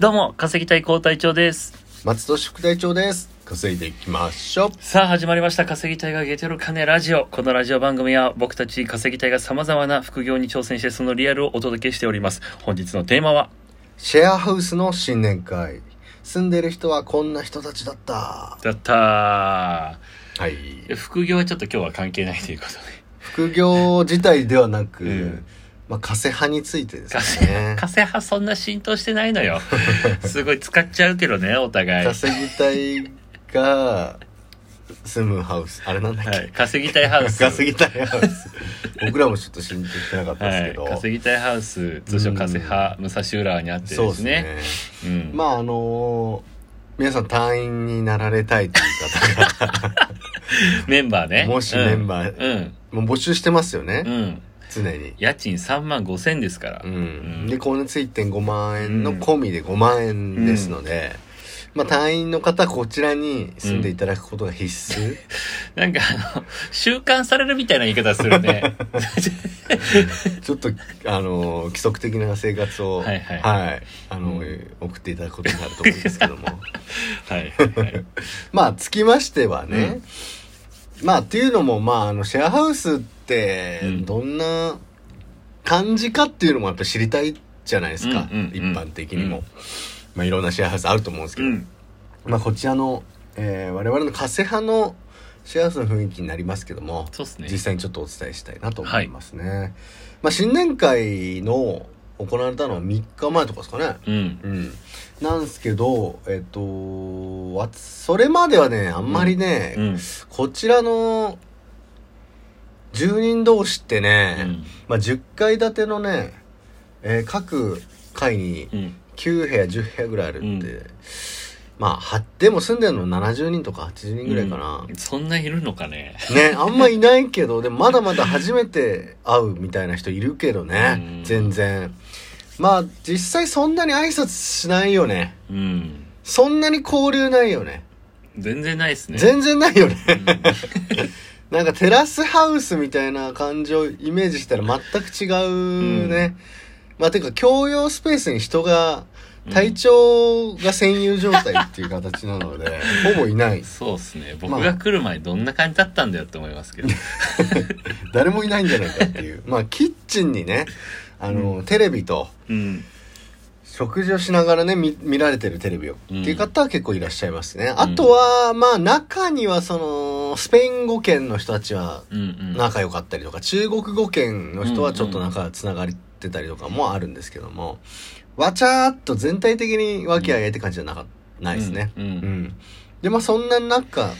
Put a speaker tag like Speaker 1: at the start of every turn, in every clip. Speaker 1: どうも、稼ぎたい高隊長です。
Speaker 2: 松戸市副隊長です稼いでいきましょう
Speaker 1: さあ始まりました、稼ぎたいがゲテロカネラジオ。このラジオ番組は僕たち稼ぎたいが様々な副業に挑戦してそのリアルをお届けしております。本日のテーマは、
Speaker 2: シェアハウスの新年会住んでる人はこんな人たちだった
Speaker 1: だった
Speaker 2: はい
Speaker 1: ー。副業はちょっと今日は関係ないということ
Speaker 2: 副業自体ではなく、
Speaker 1: うん
Speaker 2: まあ稼派についてで
Speaker 1: で。カ
Speaker 2: す
Speaker 1: セ、
Speaker 2: ね
Speaker 1: カセ派そんな浸透してないの よ。すごい使っちゃうけどね、お互い。は
Speaker 2: 稼ぎたいが住むハウスあれなんだっけ、
Speaker 1: い、稼ぎたいハウス。
Speaker 2: 稼ぎたいハウス僕らもちょっと浸透してなかった
Speaker 1: は
Speaker 2: ですけ
Speaker 1: い、
Speaker 2: ど、
Speaker 1: 稼ぎたいハウス、通称カセ派、武蔵浦和にあって
Speaker 2: そう
Speaker 1: で
Speaker 2: ですす
Speaker 1: ね。
Speaker 2: ね
Speaker 1: うん
Speaker 2: まああのー皆さん隊員になられたいという 方が
Speaker 1: メンバーね。
Speaker 2: もしメンバー
Speaker 1: ー。
Speaker 2: もう募集してますよね、
Speaker 1: うん。うん。
Speaker 2: 常に、
Speaker 1: 家賃3万5千ですから、
Speaker 2: う
Speaker 1: うん
Speaker 2: ん、で光熱費1.5万円の込みで5万円ですので、まあ、隊員の方こちらに住んでいただくことが必須、
Speaker 1: なんかあの 習慣されるみたいな言い方する ね
Speaker 2: ちょっとあの規則的な生活を
Speaker 1: はいはい
Speaker 2: あの、
Speaker 1: うん
Speaker 2: 送っていただくことになると思うんですけども
Speaker 1: はいはいはい
Speaker 2: まあつきましてはね、まあっていうのもまああのシェアハウスって
Speaker 1: うん
Speaker 2: どんな感じかっていうのもやっぱ知りたいじゃないですか、
Speaker 1: うんうんうん
Speaker 2: 一般的にも、
Speaker 1: うん
Speaker 2: まあ、いろんなシェアハウスあると思うんですけ
Speaker 1: う
Speaker 2: ど、
Speaker 1: ん
Speaker 2: まあ、こちらの、えー我々の加瀬派のシェアハウスの雰囲気になりますけども、
Speaker 1: そうっすね
Speaker 2: 実際にちょっとお伝えしたいなと思いますね。まあ、新年会の行われたのは3日前とかですかね。
Speaker 1: うん
Speaker 2: うん。なんですけど、えっ、と、わそれまではね、あんまりね、
Speaker 1: うん
Speaker 2: こちらの住人同士ってね、
Speaker 1: うん
Speaker 2: まあ、10階建てのね、えー各階に
Speaker 1: うん
Speaker 2: 9部屋10部屋ぐらいあるって、
Speaker 1: うん
Speaker 2: まあはでも住んでるの70人とか80人ぐらいかな、
Speaker 1: そんないるのかね
Speaker 2: ねあんまいないけどでもまだまだ初めて会うみたいな人いるけどね、
Speaker 1: うん
Speaker 2: 全然まあ実際そんなに挨拶しないよね
Speaker 1: うん
Speaker 2: そんなに交流ないよね
Speaker 1: 全然ないですね
Speaker 2: 全然ないよね
Speaker 1: うん
Speaker 2: なんかテラスハウスみたいな感じをイメージしたら全く違うね、まあていうか共用スペースに人が体調が占有状態っていう形な ので、ほぼいない
Speaker 1: そうっすね僕が来る前どんな感じだったんだよって思いますけ ど、
Speaker 2: 誰もいないんじゃないかっ ていうまあキッチンにねあの、テレビと
Speaker 1: うん
Speaker 2: 食事をしながらね見見られてるテレビを、
Speaker 1: うん
Speaker 2: っていう方は結構いらっしゃいますねあとは、まあ中にはそのスペイン語圏の人たちは
Speaker 1: うんうん
Speaker 2: 仲良かったりとか中国語圏の人はちょっと仲つながってたりとかもあるんですけども、わちゃーっと全体的に和気あいあいって感じじゃなかないですね、
Speaker 1: う
Speaker 2: うんん、でまあそんな中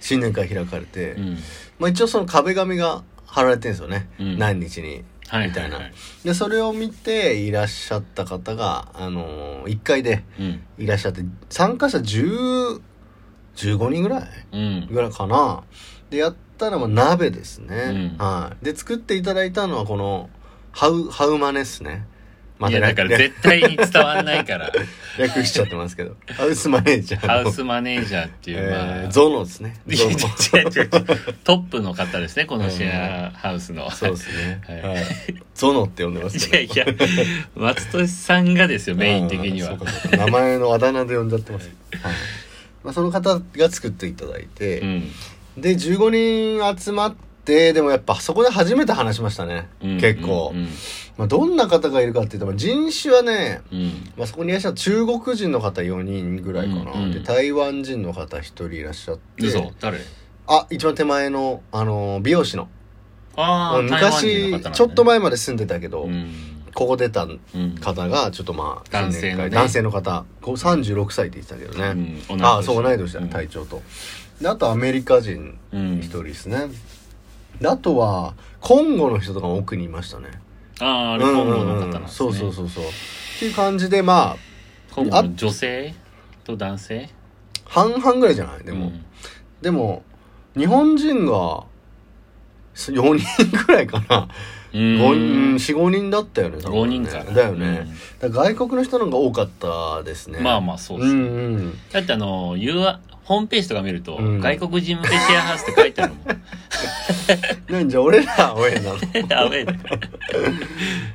Speaker 2: 新年会開かれて、
Speaker 1: うん
Speaker 2: まあ、一応その壁紙が貼られてるんですよね、
Speaker 1: うん
Speaker 2: 何日に
Speaker 1: はいは
Speaker 2: みた
Speaker 1: い
Speaker 2: い
Speaker 1: は
Speaker 2: ないでそれを見ていらっしゃった方が、あのー、1階で
Speaker 1: うん
Speaker 2: いらっしゃって参加者10 15人ぐらい
Speaker 1: うん
Speaker 2: ぐらいかなでやったのは鍋ですね、
Speaker 1: うん
Speaker 2: はいで作っていただいたのはこのハウハウマネですねま
Speaker 1: い
Speaker 2: た
Speaker 1: やだから
Speaker 2: 略
Speaker 1: 絶対に伝わんない から
Speaker 2: 略しちゃってますけどハウスマネージャー
Speaker 1: ハ
Speaker 2: の
Speaker 1: ウスマネージャーっていう、ま
Speaker 2: え
Speaker 1: あ
Speaker 2: ー、ゾノですね
Speaker 1: い
Speaker 2: ゾ
Speaker 1: や
Speaker 2: ノ
Speaker 1: 違う違う違うトップの方ですねこのシェアハウスの、
Speaker 2: そうですね、
Speaker 1: はい
Speaker 2: はい、ゾノって呼んでますけ
Speaker 1: い
Speaker 2: ど
Speaker 1: やいや松戸さんがですよメイン的に
Speaker 2: う
Speaker 1: は
Speaker 2: んそうかそうか名前のあだ名で呼んじゃってます、はいまあ、その方が作っていただいて、
Speaker 1: うん
Speaker 2: で15人集まってでもやっぱそこで初めて話しましたね、
Speaker 1: うん
Speaker 2: 結構、
Speaker 1: うん
Speaker 2: まあ、どんな方がいるかっていうと、まあ、人種はね、
Speaker 1: うん
Speaker 2: まあ、そこにいらっしゃった中国人の方4人ぐらいかな、
Speaker 1: うんうん
Speaker 2: で台湾人の方1人いらっしゃって
Speaker 1: 嘘誰
Speaker 2: あ一番手前の、あのー美容師の
Speaker 1: ああ
Speaker 2: 昔、ちょっと
Speaker 1: 前
Speaker 2: 前まで住んでたけど、
Speaker 1: うん
Speaker 2: ここ出た
Speaker 1: うん
Speaker 2: 方がちょっとまあ
Speaker 1: 男性のね
Speaker 2: 男性の方こう36歳って言ってたけど
Speaker 1: う
Speaker 2: ね、
Speaker 1: ん同い年
Speaker 2: ああそう同い年だ、
Speaker 1: うん
Speaker 2: 隊長とであとアメリカ人
Speaker 1: うん
Speaker 2: 一人ですね、であとはコンゴの人とかも奥にいましたね
Speaker 1: あああれコンゴの方なんです
Speaker 2: うんうんう
Speaker 1: ね
Speaker 2: んそうそうそうそうっていう感じでまあ
Speaker 1: コンゴの女性と男性
Speaker 2: 半々ぐらいじゃないでも、
Speaker 1: うん
Speaker 2: でも日本人が4人ぐらいかな
Speaker 1: うん
Speaker 2: 45人だったよね多
Speaker 1: 五
Speaker 2: 分ね
Speaker 1: 人かな
Speaker 2: だよね、だから外国の人の方が多かったですね
Speaker 1: まあまあそうう
Speaker 2: う
Speaker 1: ですね
Speaker 2: んうん
Speaker 1: だってあの UR ホームページとか見ると、
Speaker 2: うん
Speaker 1: 外国人向けシェアハウスって書いてあるもん
Speaker 2: なんじゃ俺らアウェイな の
Speaker 1: アウェイだから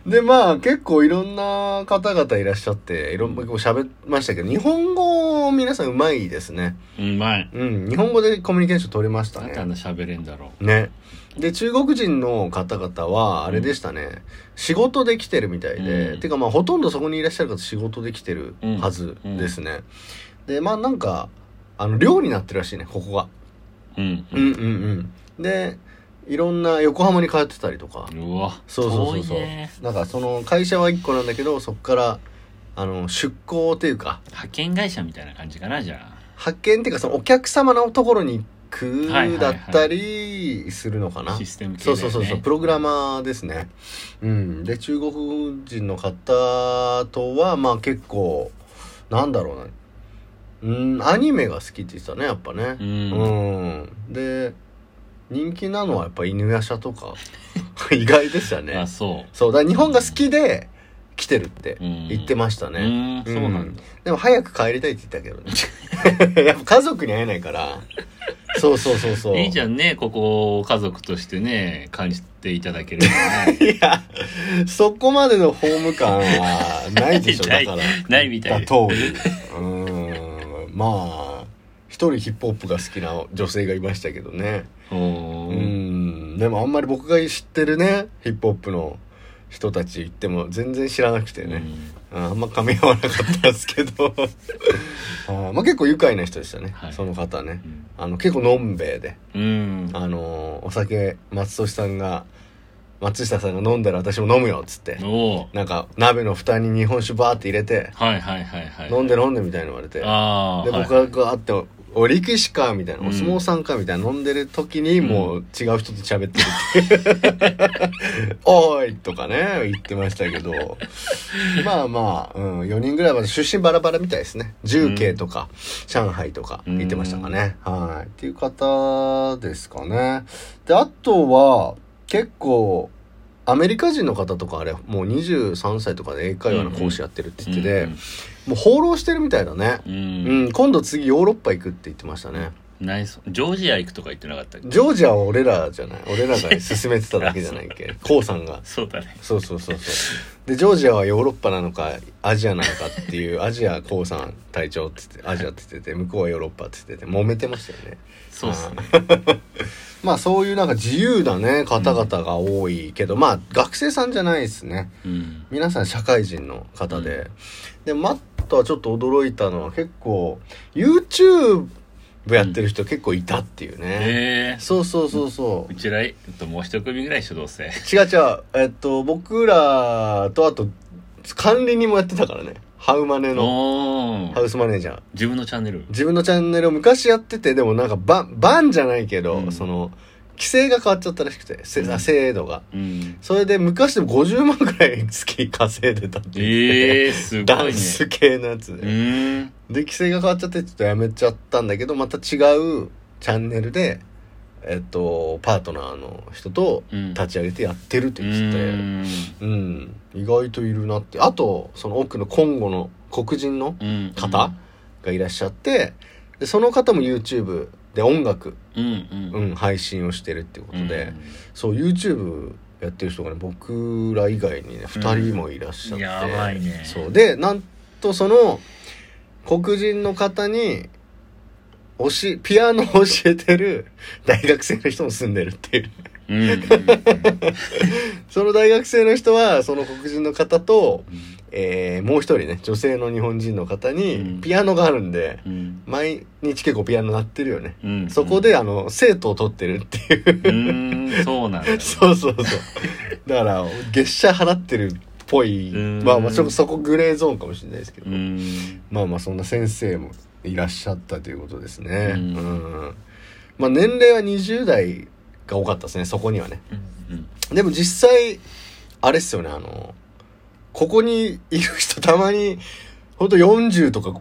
Speaker 2: でまあ結構いろんな方々いらっしゃっていろんな喋りましたけど日本語皆さんうまいですね
Speaker 1: うまい
Speaker 2: うん日本語でコミュニケーション取れました
Speaker 1: なん
Speaker 2: ね
Speaker 1: であんな喋れんだろ
Speaker 2: ねで中国人の方々はあれでしたね、仕事で来てるみたいで、
Speaker 1: うん
Speaker 2: てかまあほとんどそこにいらっしゃる方仕事で来てるはずですね、でまあなんかあの寮になってるらしいねここが
Speaker 1: ううん
Speaker 2: うんうんうんでいろんな横浜に通ってたりとか
Speaker 1: うわ
Speaker 2: そうそうそうそう
Speaker 1: 遠いね
Speaker 2: なんかその会社は1個なんだけどそこからあの出向っていうか
Speaker 1: 派遣会社みたいな感じかなじゃあ
Speaker 2: 発見っていうかそのお客様のところに行
Speaker 1: はいはいは
Speaker 2: く
Speaker 1: い
Speaker 2: だったりするのかな、
Speaker 1: システム系だ
Speaker 2: そ
Speaker 1: よ
Speaker 2: う
Speaker 1: ね
Speaker 2: そうそうそうプログラマーですねうんで中国人の方とはまあ結構なんだろうなうんアニメが好きって言ってたねやっぱね
Speaker 1: うん
Speaker 2: うんで人気なのはやっぱ犬夜叉とか 意外でした
Speaker 1: あ
Speaker 2: ね
Speaker 1: そ
Speaker 2: そうだから日本が好きで来てるって
Speaker 1: ううん
Speaker 2: 言ってました
Speaker 1: す
Speaker 2: ね、
Speaker 1: ねうんそうなんだ
Speaker 2: でも早く帰りたいって言ったけどね やっぱ家族に会えないからそうそうそうそう
Speaker 1: いいじゃんねここを家族としてね感じていただけるの ね
Speaker 2: いや、そこまでのホーム感はないでしょ、
Speaker 1: な
Speaker 2: だ
Speaker 1: い
Speaker 2: から。
Speaker 1: ないみたい
Speaker 2: だとうーん。まあ、一人ヒップホップが好きな女性がいましたけどね。う
Speaker 1: お
Speaker 2: ー
Speaker 1: ー
Speaker 2: ん。でもあんまり僕が知ってるね、ヒップホップの人たち行っても全然知らなくて
Speaker 1: う
Speaker 2: ね。
Speaker 1: ん
Speaker 2: うんあんま噛み合わなかったんです けど。あーまあ結構愉快な人でしたね、
Speaker 1: はい
Speaker 2: その方ね。あの、結構のんべえで。
Speaker 1: うん
Speaker 2: あのお酒松利さんが松下さんが飲んだら私も飲むよっつって
Speaker 1: おー
Speaker 2: なんか鍋の蓋に日本酒バーって入れて
Speaker 1: はいはいはいはい
Speaker 2: 飲んで飲んでみたいに言われてで
Speaker 1: ああ
Speaker 2: 僕がガーって「お力士か」みたいな
Speaker 1: う
Speaker 2: 「
Speaker 1: ん
Speaker 2: お相撲さんか」みたいな飲んでる時にもう違う人と喋ってるって いう「おーい」とかね言ってましたけどまあまあ、うん、4人ぐらいは出身バラバラみたいですね重慶とか、上海とか言ってましたかね、はいっていう方ですかねであとは結構アメリカ人の方とかあれもう23歳とかで英会話の講師やってるって言ってて、もう放浪してるみたいだね
Speaker 1: うん
Speaker 2: う
Speaker 1: うん
Speaker 2: ん、今度次ヨーロッパ行くって言ってましたね。
Speaker 1: ないそジョージア行くとか言ってなかったっけ
Speaker 2: ジョージアは俺らじゃない。俺らが勧めてただけじゃないっけ。 コウさんが。
Speaker 1: そうだね
Speaker 2: そうそうそうそう。で、ジョージアはヨーロッパなのか、アジアなのかっていう、アジアコウさん隊長って言って、アジアって言ってて、向こうはヨーロッパって言ってて、揉めてましたよね。
Speaker 1: そうっすね
Speaker 2: まあそういうなんか自由なね、方々が多いけど、まあ学生さんじゃないですね。
Speaker 1: うん
Speaker 2: 皆さん社会人の方で、でマットはちょっと驚いたのは結構 YouTube やってる人結構いたっていうね、
Speaker 1: ええ
Speaker 2: そうそうそうそう
Speaker 1: うちらえっともう一組ぐらい一緒どうせ
Speaker 2: 違う違うえっと僕らとあと管理人もやってたからねハウマネの
Speaker 1: お
Speaker 2: ハ
Speaker 1: ー
Speaker 2: ウスマネージャー
Speaker 1: 自分のチャンネル
Speaker 2: 自分のチャンネルを昔やっててでもなんかバンバンじゃないけど、
Speaker 1: うん
Speaker 2: その規制が変わっちゃったらしくてせ
Speaker 1: うん
Speaker 2: 制度が
Speaker 1: うん
Speaker 2: それで昔でも50万くらい月稼いでたって言って
Speaker 1: ええす
Speaker 2: ダ
Speaker 1: ごい
Speaker 2: ン
Speaker 1: ね
Speaker 2: ス系のやつで、
Speaker 1: うん
Speaker 2: で規制が変わっちゃってちょっとやめちゃったんだけどまた違うチャンネルで、えっと、パートナーの人と
Speaker 1: うん
Speaker 2: 立ち上げてやってるって
Speaker 1: う
Speaker 2: 言ってて、うん
Speaker 1: ん
Speaker 2: 意外といるなってあとその奥のコンゴの黒人の
Speaker 1: うん
Speaker 2: 方がいらっしゃってでその方も YouTube で音楽、
Speaker 1: うんうん
Speaker 2: うん、配信をしてるっていうことで、
Speaker 1: うん
Speaker 2: そう YouTube やってる人がね僕ら以外にね2人もいらっしゃって、
Speaker 1: やばいね
Speaker 2: そうでなんとその黒人の方に教えピアノを教えてる大学生の人も住んでるっていう
Speaker 1: うんうんうん
Speaker 2: その大学生の人はその黒人の方と、えーもう一人ね女性の日本人の方
Speaker 1: うん
Speaker 2: にピアノがあるんで、
Speaker 1: うん
Speaker 2: 毎日結構ピアノ鳴ってるよね、
Speaker 1: うん
Speaker 2: そこであの生徒を取ってるっていう
Speaker 1: うーんそうなんだよ
Speaker 2: そうそうそう。だから、月謝払ってるっぽい、
Speaker 1: うん
Speaker 2: まあまあ、ちょっとそこグレーゾーンかもしれないですけど、
Speaker 1: うん
Speaker 2: まあまあ、そんな先生もいらっしゃったということですね。
Speaker 1: う
Speaker 2: うんん。まあ、年齢は20代が多かったですね、そこにはね。
Speaker 1: うん
Speaker 2: でも実際、あれっすよね、あの、ここにいる人たまに、ほんと40とか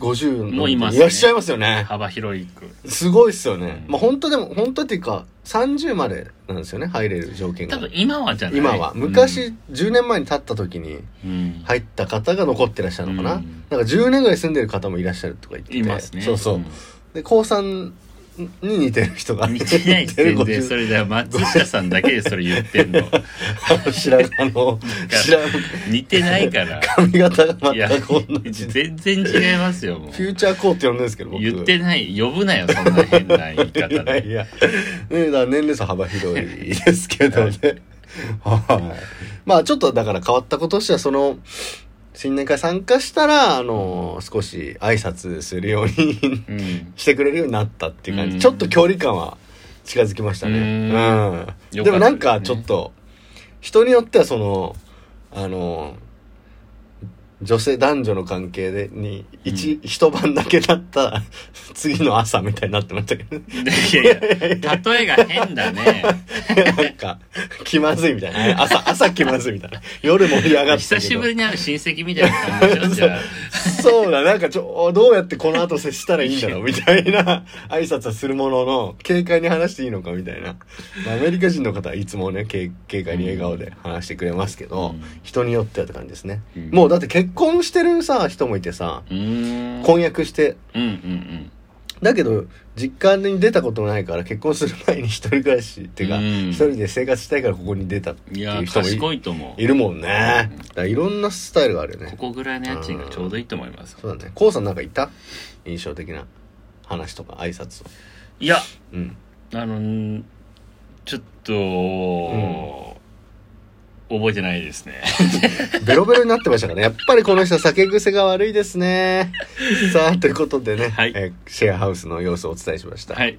Speaker 2: 50
Speaker 1: も
Speaker 2: の
Speaker 1: ういますね
Speaker 2: いらっしゃいますよね。
Speaker 1: 幅広いく
Speaker 2: すごいっすよね。
Speaker 1: うん
Speaker 2: まあ本当でも、本当っていうか、30までなんですよね、入れる条件が。
Speaker 1: 多分今はじゃない
Speaker 2: 今は昔、10年前に立った時に
Speaker 1: うん
Speaker 2: 入った方が残ってらっしゃるのかな、
Speaker 1: うん
Speaker 2: なんか10年ぐらい住んでる方もいらっしゃるとか言ってて
Speaker 1: いますね
Speaker 2: そうそう、で高3に似てる人が
Speaker 1: 似てない
Speaker 2: 似てる
Speaker 1: 全
Speaker 2: 50
Speaker 1: 然それだよ松下さんだけでそれ言ってんの
Speaker 2: 知らんあの知ら ん
Speaker 1: 似てないから
Speaker 2: 髪型が
Speaker 1: いや
Speaker 2: 全く同じで
Speaker 1: 全然違いますよも
Speaker 2: フュ
Speaker 1: う
Speaker 2: ーチャーコーって呼んでるんですけど 僕
Speaker 1: 言ってない呼ぶなよそんな変な言い方
Speaker 2: いやい
Speaker 1: で
Speaker 2: や、ね、だから年齢層幅広いですけどね。はい。まあちょっとだから変わったこととしては、その、新年会参加したら、あの、少し挨拶するように
Speaker 1: うん
Speaker 2: してくれるようになったっていう感
Speaker 1: う
Speaker 2: じ。
Speaker 1: ん
Speaker 2: ちょっと距離感は近づきました
Speaker 1: う
Speaker 2: ね。うんん。
Speaker 1: よかったですね
Speaker 2: でもなんかちょっと、人によってはその、あの、女性男女の関係でに一、一晩だけだったら次の朝みたいになってましたけどね
Speaker 1: いやいや例えが変だ ね
Speaker 2: なんか、気まずいみたいなね。朝、朝気まずいみたいな。夜盛り上がって。
Speaker 1: 久しぶりに会う親戚みたいな感じでしょじゃあ
Speaker 2: そうだ、なんかちょ、どうやってこの後接したらいいんだろうみたいな挨拶はするものの、軽快に話していいのかみたいな。まあアメリカ人の方はいつもね、軽軽快に笑顔で話してくれますけど、
Speaker 1: うん
Speaker 2: 人によってはって感じですね。
Speaker 1: うん
Speaker 2: もうだって結婚してるさ、人もいてさ、
Speaker 1: うーん
Speaker 2: 婚約して、
Speaker 1: うんうん
Speaker 2: だけど、実家に出たことないから、結婚する前に一人暮らしっていうか、
Speaker 1: うん
Speaker 2: 一人で生活したいからここに出たって
Speaker 1: うんい
Speaker 2: い
Speaker 1: や
Speaker 2: う人もい
Speaker 1: 賢いと思う
Speaker 2: いるもんね。だからいろんなスタイルがあるよ
Speaker 1: こ
Speaker 2: ね。
Speaker 1: こぐらいの家賃がちょうどいいと思います
Speaker 2: そうだね。こうさんなんかいた印象的な話とか挨拶を。
Speaker 1: いや
Speaker 2: うん。
Speaker 1: あのんちょっと、覚えてないですね
Speaker 2: ベロベロになってましたからね。やっぱりこの人酒癖が悪いですね。さあ、ということでね、
Speaker 1: はい
Speaker 2: えーシェアハウスの様子をお伝えしました。
Speaker 1: はい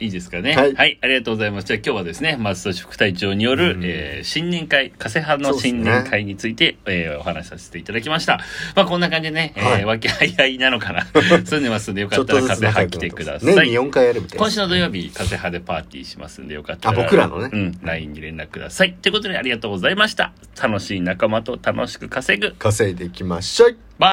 Speaker 1: いいですかねは、
Speaker 2: はいい
Speaker 1: ありがとうございますじゃあ今日はですね松戸市副隊長による、
Speaker 2: うん
Speaker 1: えー新年会加瀬派
Speaker 2: そ
Speaker 1: の
Speaker 2: うです
Speaker 1: 新
Speaker 2: ね
Speaker 1: 年会について、えーお話しさせていただきましたまあこんな感じでね、えー
Speaker 2: はい
Speaker 1: わけあいあいなの かな住んでますんでよ
Speaker 2: ち
Speaker 1: か
Speaker 2: ょ
Speaker 1: っ
Speaker 2: った
Speaker 1: ら
Speaker 2: と
Speaker 1: 加
Speaker 2: ずつ
Speaker 1: 瀬派
Speaker 2: 仲
Speaker 1: 来
Speaker 2: 良
Speaker 1: て
Speaker 2: くな
Speaker 1: くださ
Speaker 2: ってます。
Speaker 1: い
Speaker 2: 年に4回やるみたい
Speaker 1: 今
Speaker 2: な。
Speaker 1: 週の土曜日、カセハでパーティーしますんで、よかったら。
Speaker 2: あ僕らのね
Speaker 1: うん、LINE に連絡ください。ということで、ありがとうございました。楽しい仲間と楽しく稼ぐ。
Speaker 2: 稼いでいきましょう。